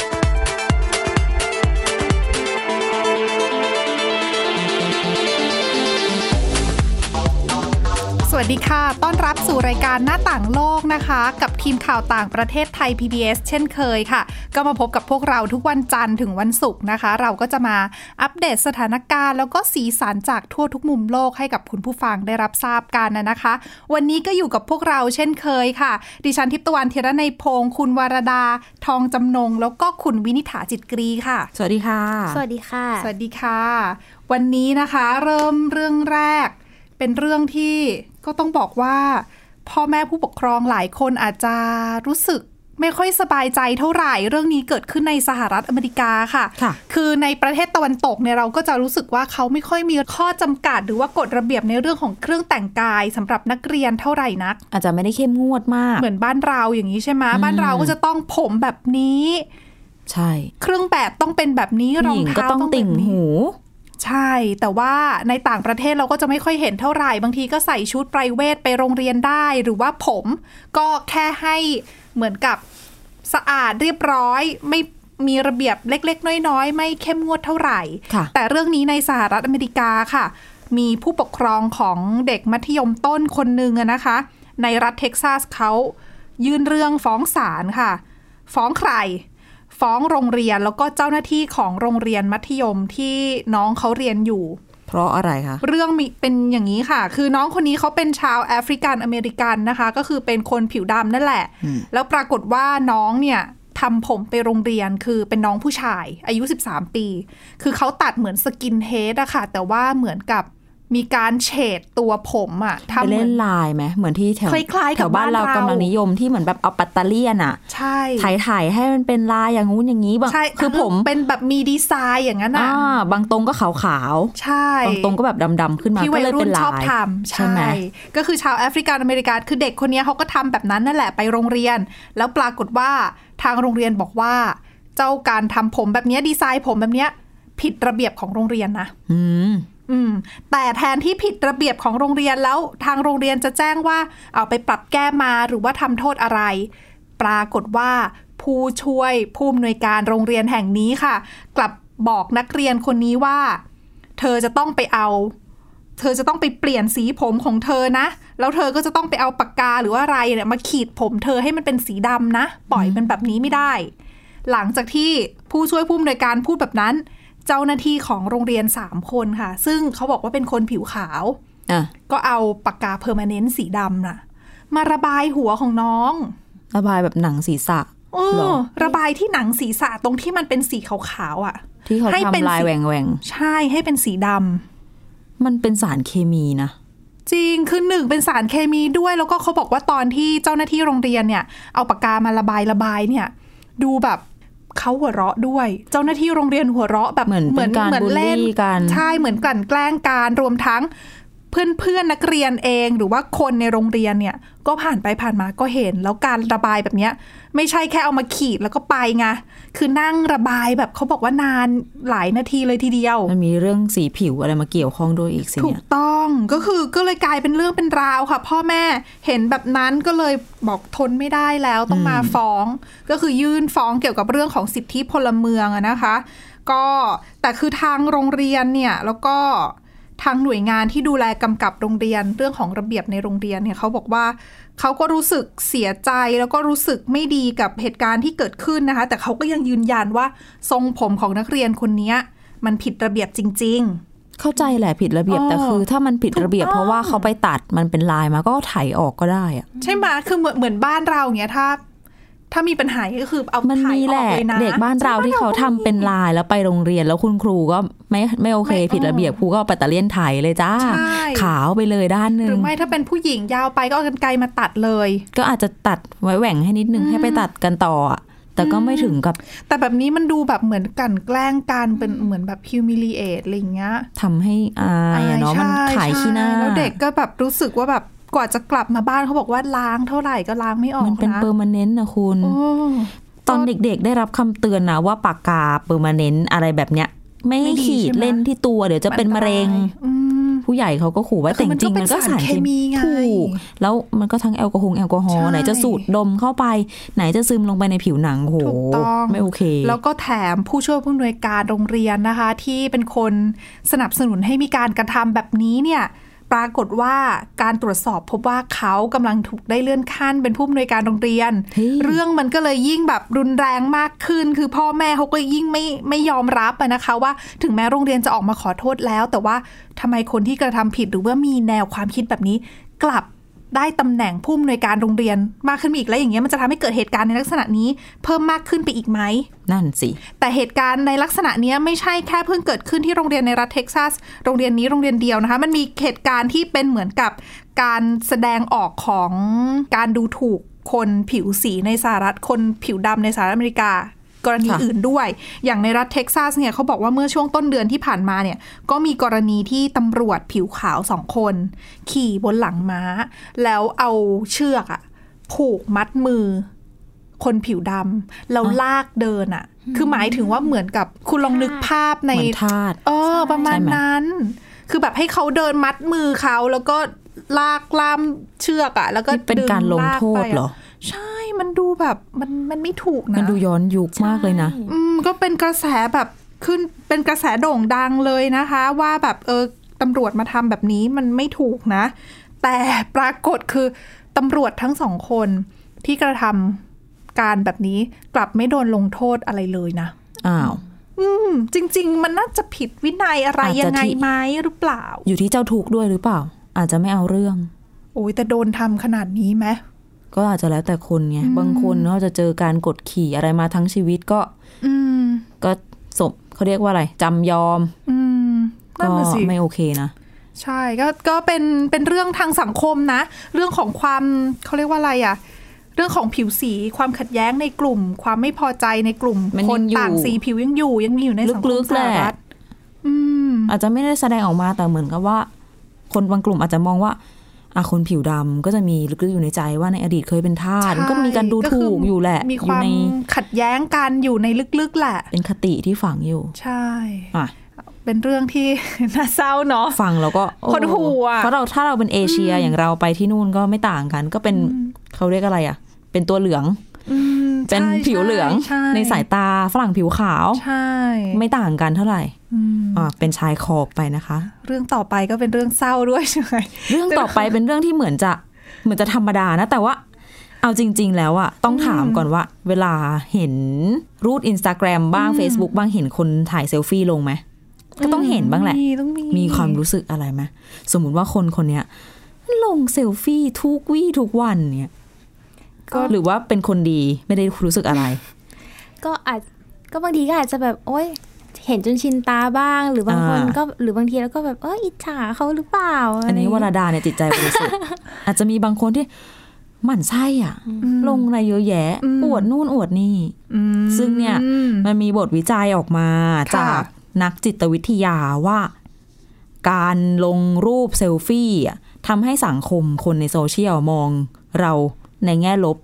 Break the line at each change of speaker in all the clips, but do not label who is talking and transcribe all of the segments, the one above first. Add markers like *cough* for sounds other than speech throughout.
สวัสดีค่ะ ต้อนรับสู่รายการหน้าต่างโลกนะคะ กับทีมข่าวต่างประเทศไทย PBS เช่นเคยค่ะ ก็มาพบกับพวกเราทุกวันจันทร์ถึงวันศุกร์นะคะ เราก็จะมาอัปเดตสถานการณ์ แล้วก็สีสันจากทั่วทุกมุมโลกให้กับคุณผู้ฟังได้รับทราบกันนะนะคะ วันนี้ก็อยู่กับพวกเราเช่นเคยค่ะ ดิฉันทิพย์ตะวันเทระในยพงศ์คุณวรดา ทองจำนง แล้วก็คุณวินิษฐาจิตกรีค่ะ
สวัสดีค่ะ
สวัสดีค่ะ
สวัสดีค่ะ วันนี้นะคะเริ่มเรื่องแรก เป็นเรื่องที่ก็ต้องบอกว่า พ่อแม่ผู้ปกครองหลายคนอาจจะรู้สึกไม่ค่อยสบายใจเท่าไหร่ เรื่องนี้เกิดขึ้นในสหรัฐอเมริกาค่ะ
ค่ะ
คือในประเทศตะวันตกเนี่ยเราก็จะรู้สึกว่าเขาไม่ค่อยมีข้อจำกัด หรือว่ากฎระเบียบในเรื่องของเครื่องแต่งกายสำหรับนักเรียนเท่าไหร่นัก
อาจจะไม่ได้เข้มงวดมาก
เหมือนบ้านเราอย่างนี้ใช่ไหมบ้านเราก็จะต้องผมแบบนี้
ใช่
เครื่องแบบต้องเป็นแบบนี้รอ
ผู้ห
ง
ญิงก็
เท้า
ต้อง
ต้อง
ติ่
แบ
ง
บนี้
หู
ใช่ แต่ว่าในต่างประเทศเราก็จะไม่ค่อยเห็นเท่าไหร่ บางทีก็ใส่ชุดไพรเวทไปโรงเรียนได้ หรือว่าผมก็แค่ให้เหมือนกับสะอาดเรียบร้อย ไม่มีระเบียบเล็ก ๆ น้อย ๆ ไม่เข้มงวดเท่าไหร่
ค่ะ
แต่เรื่องนี้ในสหรัฐอเมริกาค่ะ มีผู้ปกครองของเด็กมัธยมต้นคนหนึ่งอะนะคะ ในรัฐเท็กซัสเขายื่นเรื่องฟ้องศาลค่ะ ฟ้องใคร ฟ้องโรงเรียนแล้วก็เจ้าหน้าที่ของโรงเรียนมัธยมที่น้องเขาเรียนอยู่
เพราะอะไรคะ
เรื่องมีเป็นอย่างนี้ค่ะ คือน้องคนนี้เขาเป็นชาวแอฟริกันอเมริกันนะคะ ก็คือเป็นคนผิวดำนั่นแหละ แล้วปรากฏว่าน้องเนี่ยทำผมไปโรงเรียนคือเป็นน้องผู้ชาย อายุ 13 ปี คือเขาตัดเหมือนสกินเฮดอะค่ะ แต่ว่าเหมือนกับมีการเฉดตัวผมอะทำ
ไป
เหมื
เล่
อน
นไลายไหมเหมือนที่แถว
คล้ายๆกับ
แถวบ้านเรา
บ้านเรา
กำลังนิยมที่เหมือนแบบเอาปัตเตอเลียนอะ
ใช่
ถ่ายถ่ายๆให้มันเป็นลายอย่างงู้นอย่างนี้บาง
ใช่
คือผม
เป็นแบบมีดีไซน์อย่างนั้น
อ่า
อะ
บางตรงก็ขาวขาว
ใช่
ๆบางตรงก็แบบดำๆขึ้นมา
ที่
ก็
วัย
เลย
รุ่
เป็น นลาย
ชอบทำ
ใช่ไหม
ก็คือชาวแอฟริกันอเมริกันคือเด็กคนเนี้ยเขาก็ทำแบบนั้นนั่นแหละไปโรงเรียน แล้วปรากฏว่าทางโรงเรียนบอกว่า เจ้าการทำผมแบบเนี้ยดีไซน์ผมแบบเนี้ยผิดระเบียบของโรงเรียนนะ
อืม
อืมแต่แทนที่ผิดระเบียบของโรงเรียนแล้วทางโรงเรียนจะแจ้งว่าเอาไปปรับแก้มาหรือว่าทำโทษอะไร ปรากฏว่าผู้ช่วยผู้อำนวยการโรงเรียนแห่งนี้ค่ะ กลับบอกนักเรียนคนนี้ว่า เธอจะต้องไปเอา เธอจะต้องไปเปลี่ยนสีผมของเธอนะ แล้วเธอก็จะต้องไปเอาปากกาหรือว่าอะไรเนี่ยมาขีดผมเธอให้มันเป็นสีดำนะ ปล่อยเป็นแบบนี้ไม่ได้ หลังจากที่ผู้ช่วยผู้อำนวยการพูดแบบนั้น เจ้าหน้าที่ของโรงเรียน 3 คนค่ะ ซึ่งเขาบอกว่าเป็นคนผิวขาว
อ่ะ
ก็เอาปากกาเพอร์มาเนนต์สีดำน่ะ มาระบายหัวของน้อง
ระบายแบบหนังศีรษะ
เออ
เหรอ
ระบายที่หนังศีรษะตรงที่มันเป็นสีขาวๆอ่ะ
ที่เขา
ให้เป็น
ทำลาย
สี
แหว่งแหว่ง
ใช่ให้เป็นสีดำ
ๆมันเป็นสารเคมีนะ
จริง คือหนึ่งเป็นสารเคมีด้วย แล้วก็เขาบอกว่าตอนที่เจ้าหน้าที่โรงเรียนเนี่ย เอาปากกามาระบายระบายเนี่ย ดูแบบเขาหัวเราะด้วย เจ้าหน้าที่โรงเรียนหัวเราะแบบ
เหมือนเป็นการบูลลี่กัน
ใช่เหมือนกลั่นแกล้งการรวมทั้ง เพื่อนเพื่อนๆนักเรียนเอง หรือว่าคนในโรงเรียนเนี่ย ก็ผ่านไปผ่านมาก็เห็น แล้วการระบายแบบเนี้ย ไม่ใช่แค่เอามาขีดแล้วก็ไปไงคือนั่งระบายแบบเขาบอกว่านานหลายนาทีเลยทีเดียว
มันมีเรื่องสีผิวอะไรมาเกี่ยวข้องด้วยอีกสิ
ถู
เนี่
ก
ย
ต้องก็คือก็เลยกลายเป็นเรื่องเป็นราวค่ะ พ่อแม่เห็นแบบนั้นก็เลยบอกทนไม่ได้แล้วต้องมาฟ้อง ก็คือยื่นฟ้องเกี่ยวกับเรื่องของสิทธิพลเมืองอะนะคะ ก็แต่คือทางโรงเรียนเนี่ยแล้วก็ทางหน่วยงานที่ดูแลกำกับโรงเรียนเรื่องของระเบียบในโรงเรียนเนี่ยเขาบอกว่าเขาก็รู้สึกเสียใจแล้วก็รู้สึกไม่ดีกับเหตุการณ์ที่เกิดขึ้นนะคะ แต่เขาก็ยังยืนยันว่าทรงผมของนักเรียนคนเนี้ยมันผิดระเบียบจริง ๆ
เข้าใจแหละผิดระเบียบ
เออ
แต่คือ ถ้ามันผิด
ถูก
ระเบียบ
ต้อง
เพราะว่าเขาไปตัดมันเป็นลายมาก็ไถออกก็ได้อะ
ใช่ไหมคือเหมือนเหมือนบ้านเราอย่างเงี้ยถ้า ถ้ามีปัญหาก็คือเอา
มัน
ถ่าย
มี
อ
แห
อก
ละ
เลยนะ
เด็กบ้านเราที่เขาทำเป็นลายแล้วไปโรงเรียนแล้วคุณครูก็ไม่ไม่โอเค ผิดระเบียบครูก็เอาปัตเตอร์เลียนไถเลยจ้า
ใช่
ขาวไปเลยด้านห
ห
นึ่
รื
ง
อไม่ถ้าเป็นผู้หญิงยาวไปก็เอากันไกลมาตัดเลย
ก็อาจจะตัดไว้แหว่งให้นิดนึงให้ไปตัดกันต่ออะแต่ก็ไม่ถึงกับ
แต่แบบนี้มันดูแบบเหมือนกลันแกล้งการเป็นเหมือนแบบ humiliate อะไรอย่างเงี้ย
ทำให้อายอะเนาะมัน
ใช่
ขายขี้หน้า
ใช่แล้วเด็กก็แบบรู้สึกว่าแบบกว่าจะกลับมาบ้านเขาบอกว่าล้างเท่าไหร่ก็ล้างไม่ออก
มันเป็น
นะ
เปอร์มานเนนนะคุณ
โอ้
ตอนเด็กๆ ได้รับคำเตือนนะว่าปากกาเปอร์มาเนนต์อะไรแบบเนี้ย ไม่
ไม่ดี
ให้ขี
ใช่
ด
ไหม
เล่นที่ตัวเดี๋ยวจะเป็นมะเร็ง
อันตายอืม
ผู้ใหญ่เขาก็ขู่ว่าแต่จริงๆมันก็สาร
เค
เคมี
มีไง
ถูกแล้วมันก็ทั้งแอลกอฮอล์แอลกอฮอล์
ใช่
ไหนจะสูดดมเข้าไป ไหนจะซึมลงไปในผิวหนังโห
ถูกต้อง
ไม่โอเค
แล้วก็แถมผู้ช่วยผู้อำนวยการโรงเรียนนะคะ ที่เป็นคนสนับสนุนให้มีการกระทำแบบนี้เนี่ยปรากฏว่าการตรวจสอบพบว่าเขากำลังถูกได้เลื่อนขั้นเป็นผู้อำนวยการโรงเรียน
เฮ้ย
เรื่องมันก็เลยยิ่งแบบรุนแรงมากขึ้น คือพ่อแม่เขาก็ยิ่งไม่ไม่ยอมรับอะนะคะ ว่าถึงแม้โรงเรียนจะออกมาขอโทษแล้ว แต่ว่าทำไมคนที่กระทำผิดหรือว่ามีแนวความคิดแบบนี้ กลับได้ตำแหน่งผู้อำนวยการโรงเรียนมากขึ้นไปอีกแล้วอย่างเงี้ยมันจะทำให้เกิดเหตุการณ์ในลักษณะนี้ เพิ่มมากขึ้นไปอีกไหม
นั่นสิ
แต่เหตุการณ์ในลักษณะเนี้ยไม่ใช่แค่เพิ่งเกิดขึ้นที่โรงเรียนในรัฐเท็กซัส โรงเรียนนี้โรงเรียนเดียวนะคะ มันมีเหตุการณ์ที่เป็นเหมือนกับการแสดงออกของการดูถูกคนผิวสีในสหรัฐคนผิวดำในสหรัฐอเมริกา กรณี
ค่ะ
อื่นด้วย อย่างในรัฐเท็กซัสเนี่ยเขาบอกว่าเมื่อช่วงต้นเดือนที่ผ่านมาเนี่ยก็มีกรณีที่ตำรวจผิวขาวสองคน ขี่บนหลังม้า แล้วเอาเชือกอะผูกมัดมือ คนผิวดำแล้วลากเดินอะคือหมายถึงว่าเหมือนกับคุณลองนึกภาพใน
เหมือนทาส
เออ ประมาณ
ใช่ไหม
นั้น คือแบบให้เขาเดินมัดมือเขาแล้วก็ลากล่ามเชือกอะแล้วก็
นี่เป็น
ดึ
การลง
ก
โทษ
ไปะ
เหรอ
ใช่มันดูแบบมันมันไม่ถูกนะ
มันดูย้อนยุคมากเลยนะ
อืมก็เป็นกระแสแบบขึ้นเป็นกระแสโด่งดังเลยนะคะ ว่าแบบเออตำรวจมาทำแบบนี้มันไม่ถูกนะ แต่ปรากฏคือตำรวจทั้งสองคนที่กระทำการแบบนี้กลับไม่โดนลงโทษอะไรเลยนะ
อ้าว
อืม จริง ๆ มันน่าจะผิดวินัยอะไร
อาจจะ
ยังไง
ที่
ไหมหรือเปล่า
อยู่ที่เจ้าทุกข์ด้วยหรือเปล่า อาจจะไม่เอาเรื่อง
โอ้ยแต่โดนทำขนาดนี้ไหม
ก็อาจจะแล้วแต่คนไงบางคนเขาจะเจอการกดขี่อะไรมาทั้งชีวิตก็
อืม
ก็สมเขาเรียกว่าอะไรจำยอม
อืมนั่น
ก็
น่ะสิ
ไม่โอเคนะ
ใช่ก็ก็เป็นเป็นเรื่องทางสังคมนะ เรื่องของความเขาเรียกว่าอะไรอะเรื่องของผิวสีความขัดแย้งในกลุ่ม ความไม่พอใจในกลุ่ม
มันยัง
คน
อยู่
ต่างสีผิวยังอยู่ยังมีอยู่ในสังค
ลึ
ม
ก
ส
ๆแห
ห
ละ
รัฐอืม
อาจจะไม่ได้แสดงออกมาแต่เหมือนกับว่า คนบางกลุ่มอาจจะมองว่าอ่ะคนผิวดำก็จะมีลึกๆอยู่ในใจว่าในอดีตเคยเป็นทาส
ใช่
มันก็มีการดูถูก
ก็คือ
อ
อ
ยู่แหละ
มี
อ
ค
ยู่
วาม
ใน
ขัดแย้งกันอยู่ในลึกๆแหละ
เป็นคติที่ฝังอยู่
ใช่
อ่ะ
เป็นเรื่อง *laughs* ที่ น่าเศร้าเนาะ
ฟังแล้วก็โอ้
หดหู่อะ
เพราะเราถ้าเราเป็นเอเชียอย่างเราไปที่นู่นก็ไม่ต่างกัน ก็เป็นเขาเรียกอะไรอ่ะ เป็นตัวเหลือง
อืม
เป็น
ใช่
ผิวเหลือง
ช่
ในสายตาฝรั่งผิวขาว
ใช่
ไม่ต่างกันเท่าไหร่
อืม
อ่าเป็นชายขอบไปนะคะ
เรื่องต่อไปก็เป็นเรื่องเศร้าด้วย *laughs* ใช่ไหม
เรื่องต่อไปเป็นเรื่องที่เหมือนจะเหมือนจะธรรมดานะ แต่ว่าเอาจริง ๆ แล้วอะต้องถามก่อนว่า เวลาเห็นรูดอินสตาแกรมบ้าง Facebook บ้างเห็นคนถ่ายเซลฟี่ลงไหมก็ต้องเห็นบ้างแหละ
มีต้องมี
มีความรู้สึกอะไรไหมสมมุติว่าคนคนเนี้ยลงเซลฟี่ทุกวี่ทุกวันเนี่ย
ก็
หรือว่าเป็นคนดีไม่ได้รู้สึกอะไร
ก็อาจก็บางทีก็อาจจะแบบโอ๊ยเห็นจนชินตาบ้าง หรือบางคน
อ่า
ก็หรือบางทีแล้วก็แบบเอออิจฉาเขาหรือเปล่าะไร
อันนี้ว
ย่างเงี้ย
รดาเนี่ยจิตใจบริสุท *laughs* ธิ์ อาจจะมีบางคนที่หมั่นไส้อ่ะ ลงอะไรเยอะแยะ อวดนู่นอวดนี่
อืม
ซึ่งเนี่ย มันมีบทวิจัยออกมา
ค่ะ
จากนักจิตวิทยาว่า การลงรูปเซลฟี่อะทำให้สังคมคนในโซเชียลมองเราในแง่ลบ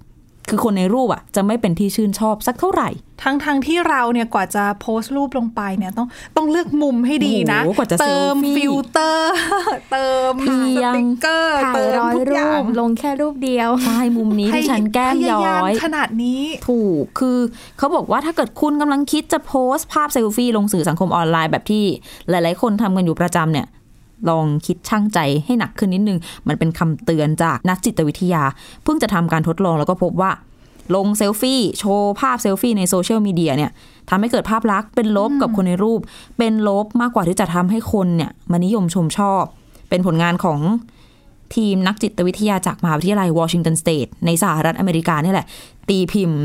คือคนในรูปอ่ะ จะไม่เป็นที่ชื่นชอบสักเท่าไหร่
ทั้งทงๆที่เราเนี่ยกว่าจะโพสต์รูปลงไปเนี่ยต้องต้องเลือกมุมให้ดีนะ
โอ้โหกว่าจะ
เติม
selfie
ฟิลเตอร์ *laughs* เติม
เอี
ส
ยง
ติ๊กเกอร์
ถ่า
เติ
ย
ม
ร้อย
ทุกอ
รู
ย่าง
ปลงแค่รูปเดียว
ใช่มุมนี้ที่ฉันแก้ม
พ
ย้
ยาา
อ
ม
ย
ขนาดนี้
ถูก คือเขาบอกว่าถ้าเกิดคุณกำลังคิดจะโพสต์ภาพเซลฟี่ลงสื่อสังคมออนไลน์แบบที่หลาย ๆ คนทำกันอยู่ประจำเนี่ย ลองคิดช่างใจให้หนักขึ้นนิดนึง มันเป็นคำเตือนจากนักจิตวิทยา เพิ่งจะทำการทดลองแล้วก็พบว่า ลงเซลฟี่ โชว์ภาพเซลฟี่ในโซเชียลมีเดียเนี่ยทำให้เกิดภาพลักษณ์เป็นลบกับคนในรูป เป็นลบมากกว่าที่จะทำให้คนเนี่ยมานิยมชมชอบ เป็นผลงานของ ทีมนักจิตวิทยาจากมหาวิทยาลัยวอชิงตันสเตทในสหรัฐอเมริกาเนี่ยแหละ ตีพิมพ์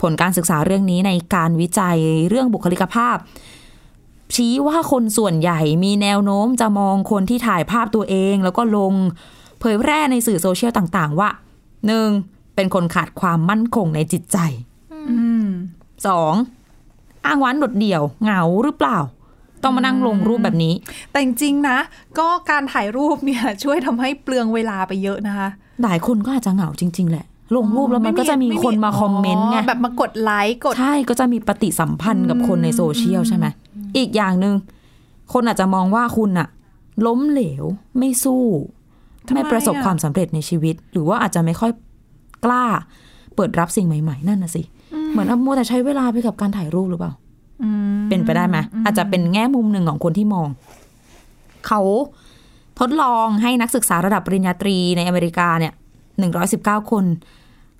ผลการศึกษาเรื่องนี้ในการวิจัยเรื่องบุคลิกภาพ ชี้ว่าคนส่วนใหญ่มีแนวโน้มจะมองคนที่ถ่ายภาพตัวเอง แล้วก็ลงเผยแพร่ในสื่อโซเชียลต่างๆ ว่าหนึ่งเป็นคนขาดความมั่นคงในจิตใจ
อืม
สองอ้างว้างโดดเดี่ยว เหงาหรือเปล่า ต้องมานั่งลงรูปแบบนี้
แต่จริงๆนะ ก็การถ่ายรูปเนี่ย *laughs* ช่วยทำให้เปลืองเวลาไปเยอะนะคะ
หลายคนก็อาจจะเหงาจริง ๆ แหละ ลงรูปแล้วมันก็จะมีคนมาคอมเมนต์ไง
แบบมากดไลค์กด
ใช่ก็จะมีปฏิสัมพันธ์กับคนในโซเชียลใช่ไหมอีกอย่างหนึง่งคนอาจจะมองว่าคุณอะ ล้มเหลว ไม่สู้
ทำไม
ไม่ประสบ
อะ
ความสำเร็จในชีวิต หรือว่าอาจจะไม่ค่อยกล้า เปิดรับสิ่งใหม่ ๆ นั่นน่ะสิ เหมือนเอามัวแต่ใช้เวลาไปกับการถ่ายรูปหรือเปล่า
อืม
เป็นไปได้ไหมอาจจะเป็นแง่มุมหนึ่งของคนที่มอง เขาทดลองให้นักศึกษาระดับปริญญาตรีในอเมริกาเนี่ยหนึ่งร้อยสิบเก้าคน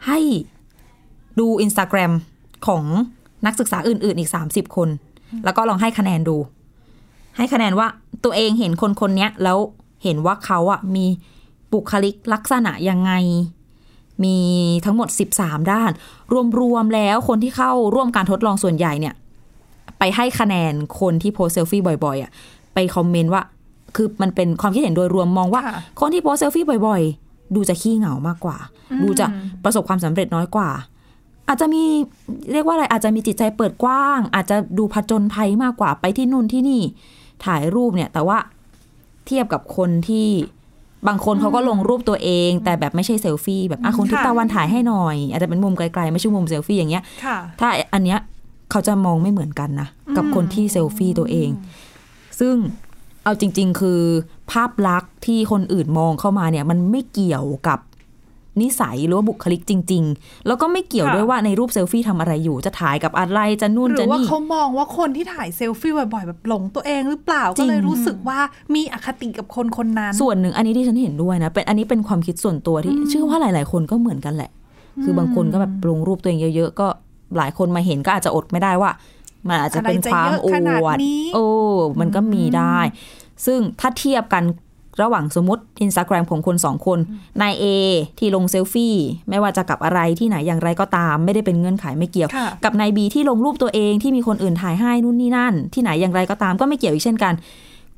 ให้ดูอินสตาแกรมของนักศึกษาอื่น ๆ อีกสามสิบคน แล้วก็ลองให้คะแนนดู ให้คะแนนว่าตัวเองเห็นคนคนเนี้ยแล้วเห็นว่าเขาอะมีบุคลิกลักษณะยังไง มีทั้งหมด 13 ด้าน รวม ๆ แล้วคนที่เข้าร่วมการทดลองส่วนใหญ่เนี่ย ไปให้คะแนนคนที่โพสเซลฟี่บ่อยๆอ่ะไปคอมเมนต์ว่า คือมันเป็นความคิดเห็นโดยรวมมองว่า
ค่ะ
คนที่โพสเซลฟี่บ่อยๆ ดูจะขี้เหงามากกว่า ดูจะประสบความสำเร็จน้อยกว่า อาจจะมีเรียกว่าอะไรอาจจะมีจิตใจเปิดกว้าง อาจจะดูผจญภัยมากกว่าไปที่นู่นที่นี่ถ่ายรูปเนี่ย แต่ว่าเทียบกับคนที่บางคนเขาก็ลงรูปตัวเอง แต่แบบไม่ใช่เซลฟี่แบบอ่ะคุณทิพย์ตะวันถ่ายให้หน่อย อาจจะเป็นมุมไกลๆไม่ใช่มุมเซลฟี่อย่างเงี้ย
ค่ะ
ถ้าอันเนี้ยเขาจะมองไม่เหมือนกันนะ กับคนที่เซลฟี่ตัวเอง ซึ่งเอาจริง ๆ คือภาพลักษณ์ที่คนอื่นมองเข้ามาเนี่ย มันไม่เกี่ยวกับนิสัยหรือว่าบุคลิกจริง ๆ แล้วก็ไม่เกี่ยว
ค่ะ
ด้วยว่าในรูปเซลฟี่ทำอะไรอยู่ จะถ่ายกับอะไรจะนู่น
หรื
จะ
อว่า
นี่
เขามองว่าคนที่ถ่ายเซลฟี่บ่อยๆ แบบหลงตัวเองหรือเปล่า
จริ
ก็
ง
เลยรู้สึกว่ามีอคติกับคนคนนั้น
ส่วนหนึ่งอันนี้ที่ฉันเห็นด้วยนะเป็นอันนี้เป็นความคิดส่วนตัวที่เชื่อว่าหลาย ๆ คนก็เหมือนกันแหละ คือบางคนก็แบบลงรูปตัวเองเยอะ ๆ ก็หลายคนมาเห็นก็อาจจะอดไม่ได้ว่า มันอาจจะเป็นความอ
อะไรจะเยอะขนาด
วด
นี้
โอ้มันก็มีได้ ซึ่งถ้าเทียบกันระหว่างสมมติอินสตาแกรมของคนสองคนนายเอที่ลงเซลฟี่ ไม่ว่าจะกับอะไรที่ไหนอย่างไรก็ตาม ไม่ได้เป็นเงื่อนไขไม่เกี่ยว
ค่ะ
กับนายบีที่ลงรูปตัวเองที่มีคนอื่นถ่ายให้นู่นนี่นั่น ที่ไหนอย่างไรก็ตามก็ไม่เกี่ยวอีกเช่นกัน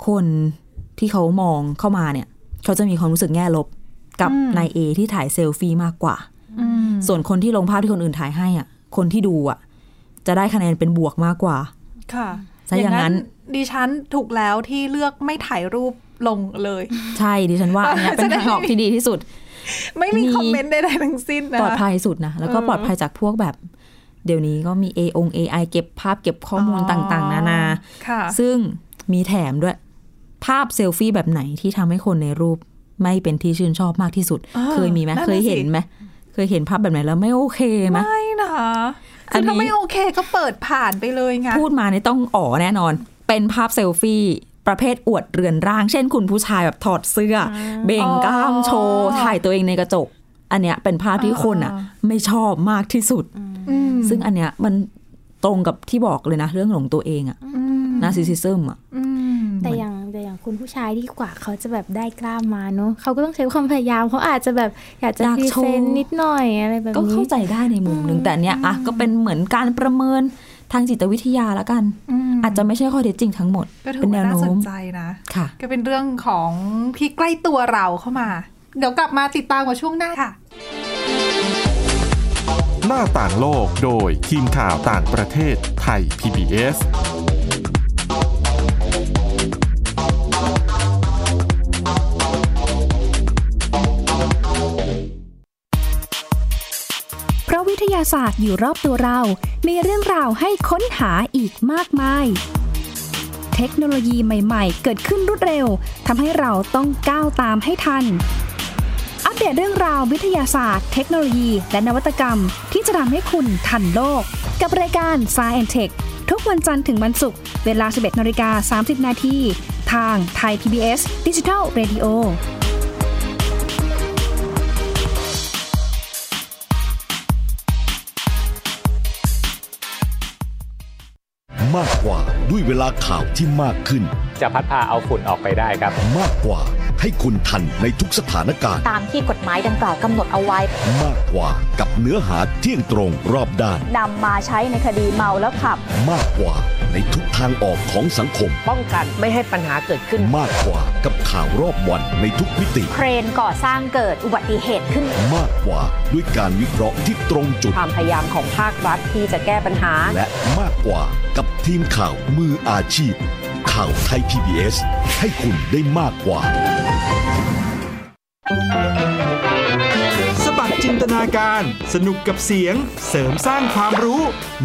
คนที่เขามองเข้ามาเนี่ย เขาจะมีความรู้สึกแง่ลบกับนายเอที่ถ่ายเซลฟี่มากกว่า
อืม
ส่วนคนที่ลงภาพที่คนอื่นถ่ายให้อ่ะ คนที่ดูอ่ะ จะได้คะแนนเป็นบวกมากกว่า
ค่ะ
ถ้าอย่างนั้น
ดิฉันถูกแล้วที่เลือกไม่ถ่ายรูปลงเลย
ใช่ดิฉันว่าอันเนี้ยเป็นทางออกที่ดีที่สุด
ไม่มี
มี
คอมเมนต์ใดๆทั้งสิ้นนะ
ปลอด
คะ
ภัยสุดนะ แล้วก็ปลอดภัยจากพวกแบบ เดี๋ยวนี้ก็มี A อง AI เก็บภาพเก็บข้อมูล
อ๋อ
ต่างๆ นานา
ค่ะ
ซึ่งมีแถมด้วย ภาพเซลฟี่แบบไหนที่ทำให้คนในรูปไม่เป็นที่ชื่นชอบมากที่สุด
อ่า
เคยมีไหม
นั่นน่ะ
เคยเห็น
สิ
ไหมเคยเห็นภาพแบบไหนแล้วไม่โอเคไหม
ไม่นะ
อัน
คือ
นี้
ถ้าไม่โอเคก็เปิดผ่านไปเลยไง
พูดมาเนี่ยต้องอ๋อแน่นอน เป็นภาพเซลฟี่ ประเภทอวดเรือนร่าง เช่นคุณผู้ชายแบบถอดเสื้ออเบ่งกล้ามโชว์ ถ่ายตัวเองในกระจก อันเนี้ยเป็นภาพที่คนอ่ะ
อ่า
ไม่ชอบมากที่สุด
อืม
ซึ่งอันเนี้ยมันตรงกับที่บอกเลยนะ เรื่องหลงตัวเองอะ
อืม
นาซิซิซึมอะ
อืม
แต่อย่างแต่อย่างคุณผู้ชายดีกว่าเขาจะแบบได้กล้ามมาเนอะเขาก็ต้องใช้ความพยายามเขาอาจจะแบบอยากจะ
อยาก
พรี
โช
เซ
ว์
นต์นิดหน่อยอะไรแบบ
ก็
นี้
เข้าใจได้ในมุมหนึ่งแต่เนี้ยอ่ะก็เป็นเหมือนการประเมินทางจิตวิทยาละกัน
อืม
อาจจะไม่ใช่ข้อเท็จจริงทั้งหมด
ก็ถื
เป็
อน
แน
ว่าวน่าส
โน้ม
นใจนะ
ค่ะ
ก็เป็นเรื่องของที่ใกล้ตัวเราเข้ามา เดี๋ยวกลับมาติดตามกับช่วงหน้าค่ะ
หน้าต่างโลกโดยทีมข่าวต่างประเทศไทย PBS
เพราะวิทยาศาสตร์อยู่รอบตัวเรา มีเรื่องราวให้ค้นหาอีกมากมาย เทคโนโลยีใหม่ๆ เกิดขึ้นรวดเร็ว ทำให้เราต้องก้าวตามให้ทัน อัปเดตเรื่องราววิทยาศาสตร์ เทคโนโลยี และนวัตกรรม ที่จะทำให้คุณทันโลก กับรายการ s c i e n t e c h ทุกวันจันทร์ถึงวันศุกร์เวลา 11นาฬิกา30 นาทีทางไทย PBS Digital Radio
มากกว่าด้วยเวลาข่าวที่มากขึ้น
จะพัดพาเอาฝุ่นออกไปได้ครับ
มากกว่าให้คุณทันในทุกสถานการณ์
ตามที่กฎหมายดังกล่าวกำหนดเอาไว้
มากกว่ากับเนื้อหาเที่ยงตรงรอบด้าน
นำมาใช้ในคดีเมาแล้วขับ
มากกว่าในทุกทางออกของสังคม
ป้องกันไม่ให้ปัญหาเกิดขึ้น
มากกว่ากับข่าวรอบวันในทุกมิติ
เครนก่อสร้างเกิดอุบัติเหตุขึ้น
มากกว่าด้วยการวิเคราะห์ที่ตรงจุด
ความพยายามของภาครัฐที่จะแก้ปัญหา
และมากกว่ากับทีมข่าวมืออาชีพ ข่าวไทย PBS ให้คุณได้มากกว่า
สบัดจินตนาการ สนุกกับเสียง เสริมสร้างความรู้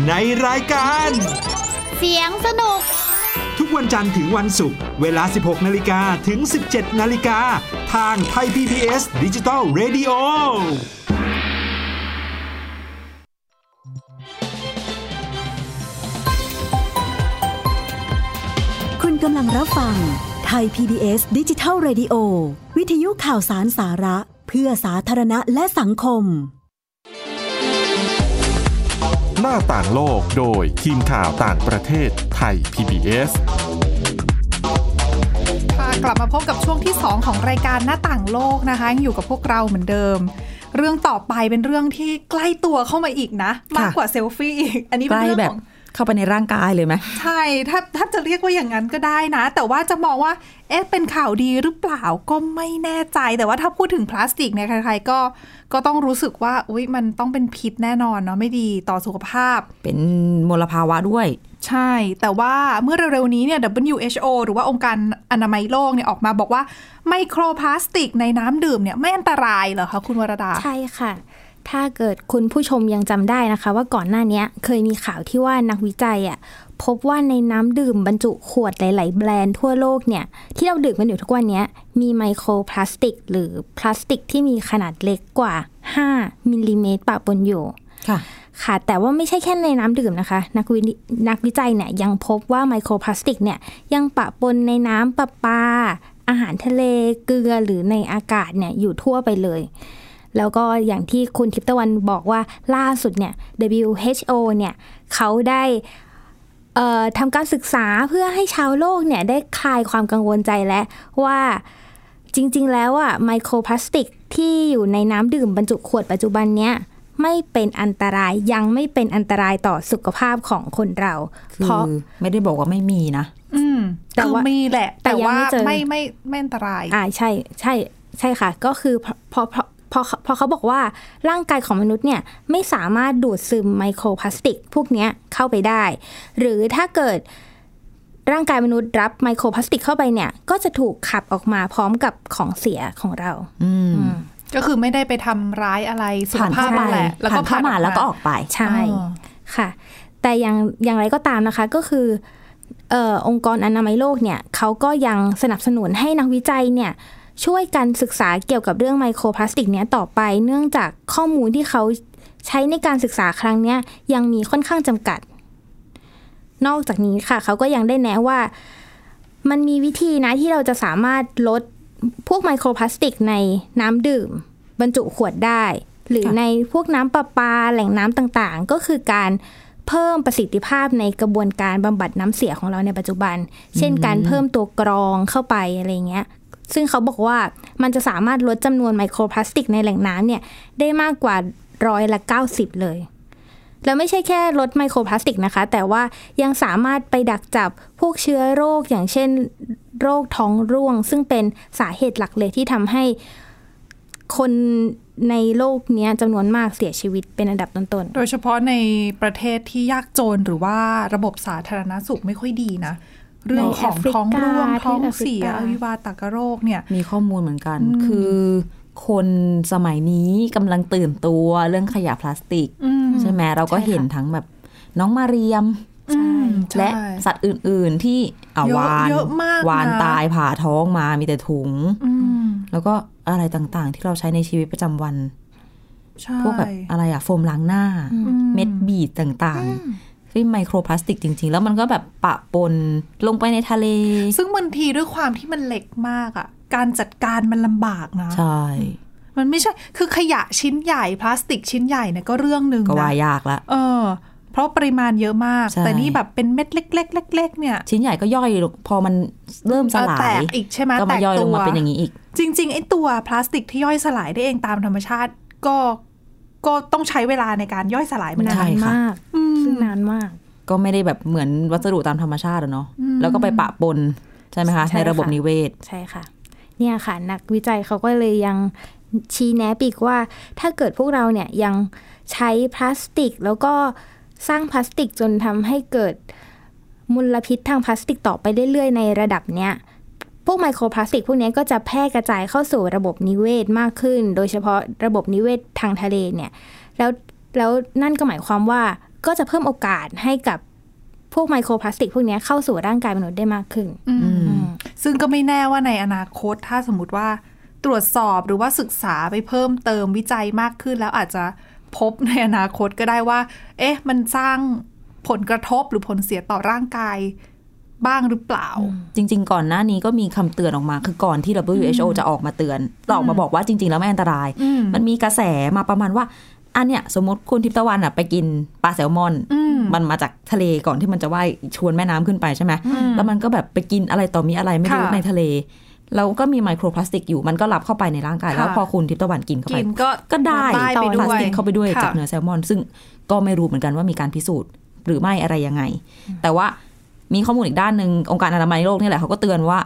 ในรายการ
เสียงสนุก
ทุกวันจันทร์ถึงวันศุกร์เวลา 16 นาฬิกาถึง 17 นาฬิกา ทางไทย PPS ดิจิตอล Radio
คุณกำลังรับฟังไทย PBS ดิจิทัล Radio วิทยุข่าวสารสาระ เพื่อสาธารณะและสังคม
หน้าต่างโลกโดยทีมข่าวต่างประเทศไทย PBS
ค่ะกลับมาพบกับช่วงที่ 2 ของรายการหน้าต่างโลกนะคะยังอยู่กับพวกเราเหมือนเดิม เรื่องต่อไปเป็นเรื่องที่ใกล้ตัวเข้ามาอีกนะ มากกว่าเซลฟี่อีก อันนี้
ใก
เป็น
ล้
เรื่อง
แบ
ข
บ
อง
เข้าไปในร่างกายเลยไหม
ใช่ ถ้าถ้าจะเรียกว่าอย่างนั้นก็ได้นะ แต่ว่าจะมองว่า เอ๊ะ เป็นข่าวดีหรือเปล่าก็ไม่แน่ใจ แต่ว่าถ้าพูดถึงพลาสติกเนี่ย ใครๆ ก็ ก็ต้องรู้สึกว่า อุ๊ย มันต้องเป็นพิษแน่นอนเนาะ ไม่ดีต่อสุขภาพ
เป็นมลภาวะด้วย
ใช่ แต่ว่าเมื่อเร็วๆนี้เนี่ย WHO หรือว่าองค์การอนามัยโลกเนี่ยออกมาบอกว่าไมโครพลาสติกในน้ำดื่มเนี่ยไม่อันตรายเหรอคะคุณวรดา
ใช่ค่ะ ถ้าเกิดคุณผู้ชมยังจำได้นะคะ ว่าก่อนหน้าเนี้ยเคยมีข่าวที่ว่านักวิจัยอ่ะพบว่าในน้ำดื่มบรรจุขวดหลาย ๆ แบรนด์ทั่วโลกเนี่ย ที่เราดื่มกันอยู่ทุกวันเนี้ยมีไมโครพลาสติก หรือพลาสติกที่มีขนาดเล็กกว่า 5มิลลิเมตรปะปนอยู่
ค่ะ
ค่ะ แต่ว่าไม่ใช่แค่ในน้ำดื่มนะคะ นักวินักวิจัยเนี่ยยังพบว่าไมโครพลาสติกเนี่ยยังปะปนในน้ำประปา อาหารทะเลเกลือหรือในอากาศเนี่ยอยู่ทั่วไปเลย แล้วก็อย่างที่คุณทิพย์ตะวันบอกว่าล่าสุดเนี่ย WHO เนี่ยเขาได้เอ่อทำการศึกษาเพื่อให้ชาวโลกเนี่ยได้คลายความกังวลใจและว่าจริง ๆ แล้วอะไมโครพลาสติกที่อยู่ในน้ำดื่มบรรจุขวดปัจจุบันเนี่ย ไม่เป็นอันตรายยังไม่เป็นอันตรายต่อสุขภาพของคนเรา
คือ
เพราะ
ไม่ได้บอกว่าไม่มีนะ
อืม
แต่
คือ
ว่า
มีแหละ
แต่
แต่
ยัง
ว่า
ไม่เจอ
ไม่ไม่ไม่อันตราย
อ่าใช่ใช่ใช่ค่ะ ก็คือพอพอพอพอพอเขาบอกว่าร่างกายของมนุษย์เนี่ยไม่สามารถดูดซึมไมโครพลาสติก พวกเนี้ยเข้าไปได้ หรือถ้าเกิดร่างกายมนุษย์รับไมโครพลาสติกเข้าไปเนี่ย ก็จะถูกขับออกมาพร้อมกับของเสียของเรา
อืม
อืม
ก็คือไม่ได้ไปทำร้ายอะไรสุข
ผ่าน
ภา
เข้า
พ
ไป
นั่นแหละแล้ว
ผ่า
ก็
นเข้ามาแล้วก็ออกไป
ใช่ ค่ะ แต่อย่างอย่างไรก็ตามนะคะก็คือเออองค์กรอนามัยโลกเนี่ยเขาก็ยังสนับสนุนให้นักวิจัยเนี่ยช่วยกันศึกษาเกี่ยวกับเรื่องไมโครพลาสติกเนี้ยต่อไป เนื่องจากข้อมูลที่เขาใช้ในการศึกษาครั้งเนี้ยยังมีค่อนข้างจำกัด นอกจากนี้ค่ะเขาก็ยังได้แนะว่ามันมีวิธีนะที่เราจะสามารถลดพวกไมโครพลาสติกในน้ำดื่ม บรรจุขวดได้ หรือ
ค่ะ
ในพวกน้ำประปาแหล่งน้ำต่างๆ ก็คือการ เพิ่มประสิทธิภาพในกระบวนการบำบัดน้ำเสียของเราในปัจจุบัน เช่นการเพิ่มตัวกรองเข้าไปอะไรเงี้ย ซึ่งเขาบอกว่ามันจะสามารถลดจำนวนไมโครพลาสติกในแหล่งน้ำเนี่ยได้มากกว่าร้อยละ 90 เลย แล้วไม่ใช่แค่ลดไมโครพลาสติกนะคะ แต่ว่ายังสามารถไปดักจับพวกเชื้อโรคอย่างเช่นโรคท้องร่วง ซึ่งเป็นสาเหตุหลักเลยที่ทำให้คนในโลกเนี้ยจำนวนมากเสียชีวิตเป็นอันดับต้นๆ
โดยเฉพาะในประเทศที่ยากจนหรือว่าระบบสาธารณสุขไม่ค่อยดีนะ เรื่องของท้องร่วง
ในแอฟริกา
ท้อง
ที่แอฟริกา
เสียอวิวาตากโรคเนี่ย
มีข้อมูลเหมือนกัน
อืม
คือคนสมัยนี้กำลังตื่นตัวเรื่องขยะพลาสติก
อืม
ใช่ไหมเราก็เห็นทั้งแบบน้องมาเรียม
อืม
และ
ใช่
สัตว์อื่น ๆ ที่อ่ะ
เยอะ
วาน
เยอะมากนะ
วานตายผ่าท้องมามีแต่ถุง
อืม
แล้วก็อะไรต่างๆ ที่เราใช้ในชีวิตประจำวัน
ใช่
พวกแบบอะไรอะโฟมล้างหน้า
อื
เม็ดบีดต่างๆที่ไมโครพลาสติกจริง ๆ แล้วมันก็แบบปะปนลงไปในทะเล
ซึ่งบางทีด้วยความที่มันเล็กมากอ่ะ การจัดการมันลำบากนะ
ใช่
มันไม่ใช่คือขยะชิ้นใหญ่พลาสติกชิ้นใหญ่เนี่ยก็เรื่องหนึ่ง
ก็ว่า
นะ
ยากละ
เออ เพราะปริมาณเยอะมาก
ใช่
แต่นี่แบบเป็นเม็ดเล็ก ๆ เล็ก ๆ เนี่ย
ชิ้นใหญ่ก็ย่อยลงพอมันเริ่มสลา
แต
ย
กอีกใช่ไหม
ก็
แต
มาก ย่อยล
ตั
ง
ว
มาเป็นอย่างนี้อีก
จริงๆ ไอ้ตัวพลาสติกที่ย่อยสลายได้เองตามธรรมชาติก็ก็ต้องใช้เวลาในการย่อยสลายเหมือน
ใช่
กัน
ค่ะ
มาก
อืม
ซึ่งนานมาก
ก็ไม่ได้แบบเหมือนวัสดุตามธรรมชาติอะเนาะแล้วก็ไปปะปน ใช่ไหมคะ
ใช่
ในระบบ
ค่ะ
นิเวศ
ใช่ค่ะ เนี่ยค่ะ นักวิจัยเขาก็เลยยังชี้แนะไปอีกว่า ถ้าเกิดพวกเราเนี่ยยังใช้พลาสติก แล้วก็สร้างพลาสติกจนทำให้เกิดมลพิษทางพลาสติกต่อไปเรื่อยๆ ในระดับเนี้ย พวกไมโครพลาสติกพวกเนี้ยก็จะแพร่กระจายเข้าสู่ระบบนิเวศมากขึ้น โดยเฉพาะระบบนิเวศทางทะเลเนี่ย แล้วแล้วนั่นก็หมายความว่าก็จะเพิ่มโอกาสให้กับ พวกไมโครพลาสติกพวกเนี้ยเข้าสู่ร่างกายมนุษย์ได้มากขึ้น
อืม
อืม
ซึ่งก็ไม่แน่ว่าในอนาคตถ้าสมมติว่าตรวจสอบหรือว่าศึกษาไปเพิ่มเติมวิจัยมากขึ้น แล้วอาจจะพบในอนาคตก็ได้ว่า เอ๊ะ มันสร้างผลกระทบหรือผลเสียต่อร่างกายบ้างหรือเปล่า
จริง ๆ ก่อนหน้านี้ก็มีคำเตือนออกมา คือก่อนที่ WHO จะออกมาเตือนออกมาบอกว่าจริง ๆ แล้วไม่อันตราย
อืม
มันมีกระแสมาประมาณว่า อันเนี้ยสมมติคุณทิพย์ตะวันอ่ะไปกินปลาแซลมอน
อืม
มันมาจากทะเลก่อนที่มันจะว่ายชวนแม่น้ำขึ้นไปใช่ไหม
อืม
แล้วมันก็แบบไปกินอะไรต่อมีอะไรไม่รู้
ค่ะ
ในทะเล แล้วก็มีไมโครพลาสติกอยู่ มันก็รับเข้าไปในร่างกาย
ค่ะ
แล้วพอคุณทิพย์ตะวันกินเข้าไป
กินก็
ก็ได้
ได้ไป
พ
ด้
ลาส
วย
ติกเข้าไปด้วย
ค่ะ
จากเนื้อแซลมอน ซึ่งก็ไม่รู้เหมือนกันว่ามีการพิสูจน์หรือไม่อะไรยังไง แต่ว่ามีข้อมูลอีกด้านหนึ่งองค์การอนามัยโลกเนี่ยแหละเขาก็เตือนว่า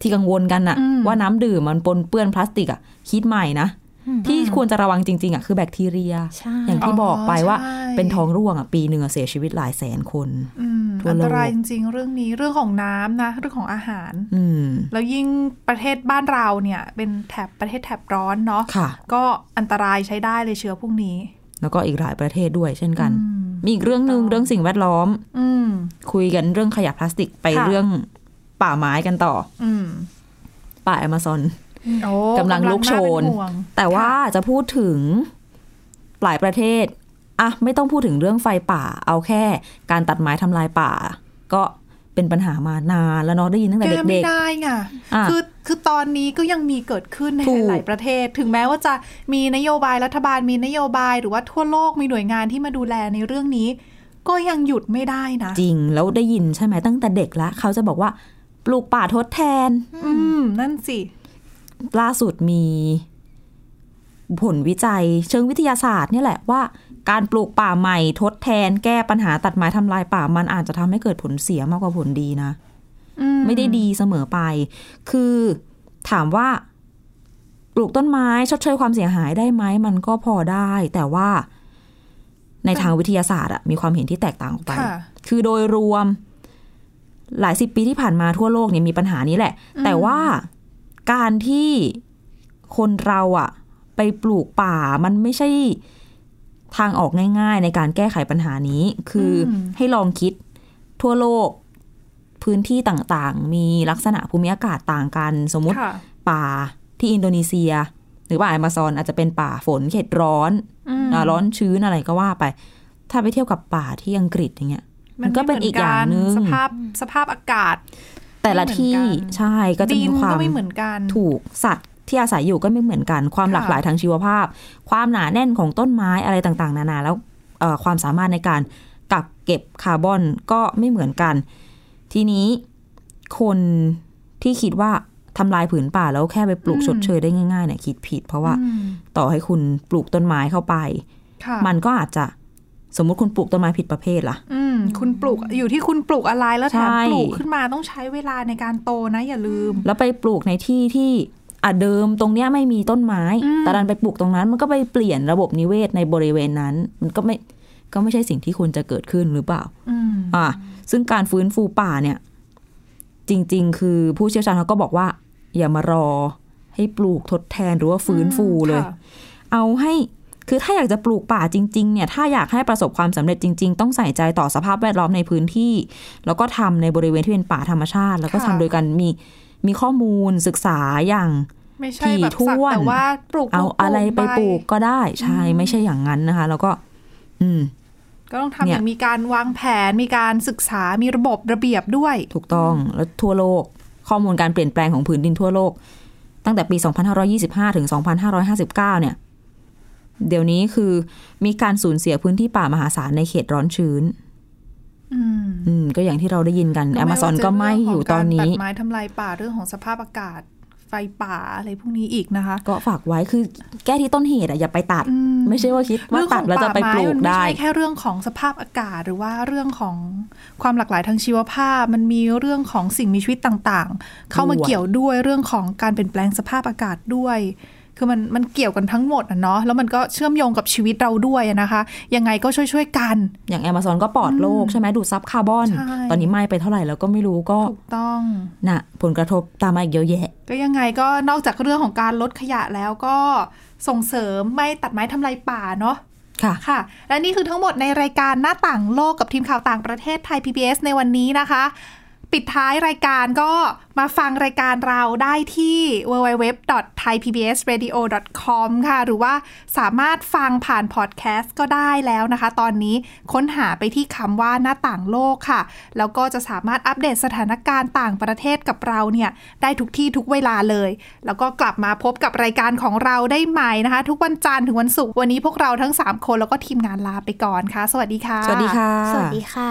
ที่กังวลกันน่ะ
อืม
ว่าน้ำดื่มมันปนเปื้อนพลาสติกอ่ะคิดใหม่นะ
อืม
ที่ควรจะระวังจริงๆอ่ะคือแบคทีเรีย
ใช่
อย่างที่บอกไปว่า
ใช่
เป็นท้องร่วงอ่ะปีหนึ่งอะเสียชีวิตหลายแสนคน
อืม
ทั่วโลก
อันตรายจริงๆ เรื่องนี้เรื่องของน้ำนะเรื่องของอาหาร
อืม
แล้วยิ่งประเทศบ้านเราเนี่ยเป็นแถบประเทศแถบร้อนเนาะ
ค่ะ
ก็อันตรายใช้ได้เลยเชื้อพวกนี้
แล้วก็อีกหลายประเทศด้วยเช่นกัน
อืม
มีอีกเรื่องหนึ่งเรื่องสิ่งแวดล้อม
อืม
คุยกันเรื่องขยะพลาสติกไป
ค่ะ
เรื่องป่าไม้กันต่อ
อืม
ป่าแอมซอน
โอ้
กำลังลุกโชน
าเป็ห่วง
แต่ว่าจะพูดถึงหลายประเทศอ่ะไม่ต้องพูดถึงเรื่องไฟป่า เอาแค่การตัดไม้ทำลายป่า ก็เป็นปัญหามานานแล้วเนาะได้ยินตั้งแต่
แก้ไม่
เด็ก
ได้ไง
อ่ะ
คือคือตอนนี้ก็ยังมีเกิดขึ้นใน
ถูก
หลายๆประเทศ ถึงแม้ว่าจะมีนโยบายรัฐบาลมีนโยบายหรือว่าทั่วโลกมีหน่วยงานที่มาดูแลในเรื่องนี้ ก็ยังหยุดไม่ได้นะ
ๆ จริงแล้วได้ยินใช่ไหมตั้งแต่เด็กแล้วเขาจะบอกว่าปลูกป่าทดแทน
อืม นั่นสิ
ล่าสุดมีผลวิจัยเชิงวิทยาศาสตร์เนี่ยแหละว่า การปลูกป่าใหม่ทดแทน แก้ปัญหาตัดไม้ทำลายป่ามันอาจจะทำให้เกิดผลเสียมากกว่าผลดีนะ
อืม
ไม่ได้ดีเสมอไป คือถามว่า ปลูกต้นไม้ชดเชยความเสียหายได้ไหมมันก็พอได้ แต่ว่าในทางวิทยาศาสตร์อะมีความเห็นที่แตกต่างออกไป
ค่ะ
คือโดยรวมหลายสิบปีที่ผ่านมาทั่วโลกเนี่ยมีปัญหานี้แหละ
อืม
แต่ว่าการที่คนเราอะไปปลูกป่ามันไม่ใช่ทางออกง่าย ๆ ในการแก้ไขปัญหานี้ คืออให้ลองคิดทั่วโลกพื้นที่ต่างๆ มีลักษณะภูมิอากาศต่างกัน สมมติ
ค่ะ
ป่าที่อินโดนีเซีย หรือว่าแอมะซอนอาจจะเป็นป่าฝนเขตร้อน
อืม
อ่าร้อนชื้นอะไรก็ว่าไป ถ้าไปเที่ยวกับป่าที่อังกฤษอย่างเงี้ย มันก็เป็นอีกอย่างหนึ่ง
มัไม่เหมือกัสภาพสภาพอากาศ
แต่ละที่
ไม่เหมือนกัน
ใช่ก็จะ
ดิ
มี
น
ความ
ก็ไม่เหมือนกัน
ถูกสัตว์ที่อาศัยอยู่ก็ไม่เหมือนกัน ความ
ค่ะ
หลากหลายทางชีวภาพ ความหนาแน่นของต้นไม้อะไรต่างๆ นานาแล้วเอ่อความสามารถในการกักเก็บคาร์บอนก็ไม่เหมือนกัน ทีนี้คนที่คิดว่าทำลายผืนป่าแล้วแค่ไปปลูกชดเชยได้ง่ายๆเนี่ยคิดผิด เพราะว่า
อืม
ต่อให้คุณปลูกต้นไม้เข้าไป
ค่ะ
มันก็อาจจะสมมติคุณปลูกต้นไม้ผิดประเภทล่ะ
อืม คุณปลูกอยู่ที่คุณปลูกอะไรแล้วแถม
ใช่
ปลูกขึ้นมาต้องใช้เวลาในการโตนะ อย่าลืม
แล้วไปปลูกในที่ที่อ่ะเดิมตรงเนี้ยไม่มีต้นไม้
อืม
แต่ดันไปปลูกตรงนั้น มันก็ไปเปลี่ยนระบบนิเวศในบริเวณนั้น มันก็ไม่ก็ไม่ใช่สิ่งที่ควรจะเกิดขึ้นหรือเปล่า
อืม
อ่ะซึ่งการฟื้นฟูป่าเนี่ย จริง ๆ คือผู้เชี่ยวชาญเขาก็บอกว่า อย่ามารอให้ปลูกทดแทนหรือว่าฟื้นฟูเลย
ค่ะ
เอาให้คือถ้าอยากจะปลูกป่าจริง ๆ เนี่ย ถ้าอยากให้ประสบความสำเร็จจริง ๆ ต้องใส่ใจต่อสภาพแวดล้อมในพื้นที่ แล้วก็ทำในบริเวณที่เป็นป่าธรรมชาติ แล้วก็ทำ
ค่ะ
โดยการมีมีข้อมูลศึกษาอย่าง
ไม่ใช่แบบ
ถี่
สัก
ถ้วน
แต่ว่าปลูก
เอา
ปลูก
อะไรไปปลูกก็ได้ ใช่
อืม
ไม่ใช่อย่างนั้นนะคะ แล้วก็ อืม
ก็ต้องทำอย
เนี่
ย่างมีการวางแผนมีการศึกษามีระบบระเบียบด้วย
ถูกต้องแล้วทั่วโลก ข้อมูลการเปลี่ยนแปลงของผืนดินทั่วโลก ตั้งแต่ปี 2525 ถึง 2559 เนี่ย เดี๋ยวนี้คือมีการสูญเสียพื้นที่ป่ามหาศาลในเขตร้อนชื้น
อืม
อืมก็อย่างที่เราได้ยินกันแอมซอนก็ไหม่อยู่ตอน
ตั
นี้
ดไม้ทำลายป่าเรื่องของสภาพอากาศ ไฟป่าอะไรพวกนี้อีกนะคะ
ก็ฝากไว้คือแก้ที่ต้นเหตุอะอย่าไปตัด
อื
ไม่ใช่ว่าคิดว่าตัดแล้วจะไปปลูก
เรื่องของป่าม้มัน
ได้
ไม่ใช่แค่เรื่องของสภาพอากาศ หรือว่าเรื่องของความหลากหลายทางชีวภาพ มันมีเรื่องของสิ่งมีชีวิตต่างๆ เข้ามา
ด้วย
เกี่ยวด้วยเรื่องของการเปลี่ยนแปลงสภาพอากาศด้วย คือมันมันเกี่ยวกันทั้งหมดอ่ะเนาะแล้วมันก็เชื่อมโยงกับชีวิตเราด้วยอะนะคะ ยังไงก็ช่วยๆกัน
อย่างแอมซอนก็ปลอดโลกใช่ไหมดูดซับคาร์บอน
ใช่
ตอนนี้ไหม่ไปเท่าไหร่แล้วก็ไม่รู้ก็
ถูกต้อง
น่ะผลกระทบตามมาอีกเยอะแยะ
ก็ยังไงก็นอกจากเรื่องของการลดขยะแล้วก็ส่งเสริมไม่ตัดไม้ทำลายป่าเนาะ
ค่ะ
ค่ะ และนี่คือทั้งหมดในรายการหน้าต่างโลกกับทีมข่าวต่างประเทศไทย PBS ในวันนี้นะคะ ปิดท้ายรายการก็มาฟังรายการเราได้ที่ www.thaipbsradio.com ค่ะ หรือว่าสามารถฟังผ่านพอดแคสต์ก็ได้แล้วนะคะ ตอนนี้ค้นหาไปที่คำว่าหน้าต่างโลกค่ะ แล้วก็จะสามารถอัปเดตสถานการณ์ต่างประเทศกับเราเนี่ยได้ทุกที่ทุกเวลาเลย แล้วก็กลับมาพบกับรายการของเราได้ใหม่นะคะ ทุกวันจันทร์ถึงวันศุกร์วันนี้พวกเราทั้ง 3 คนแล้วก็ทีมงานลาไปก่อนค่ะ สวัสดีค่ะ
สวัสดีค่ะ
สวัสดีค่ะ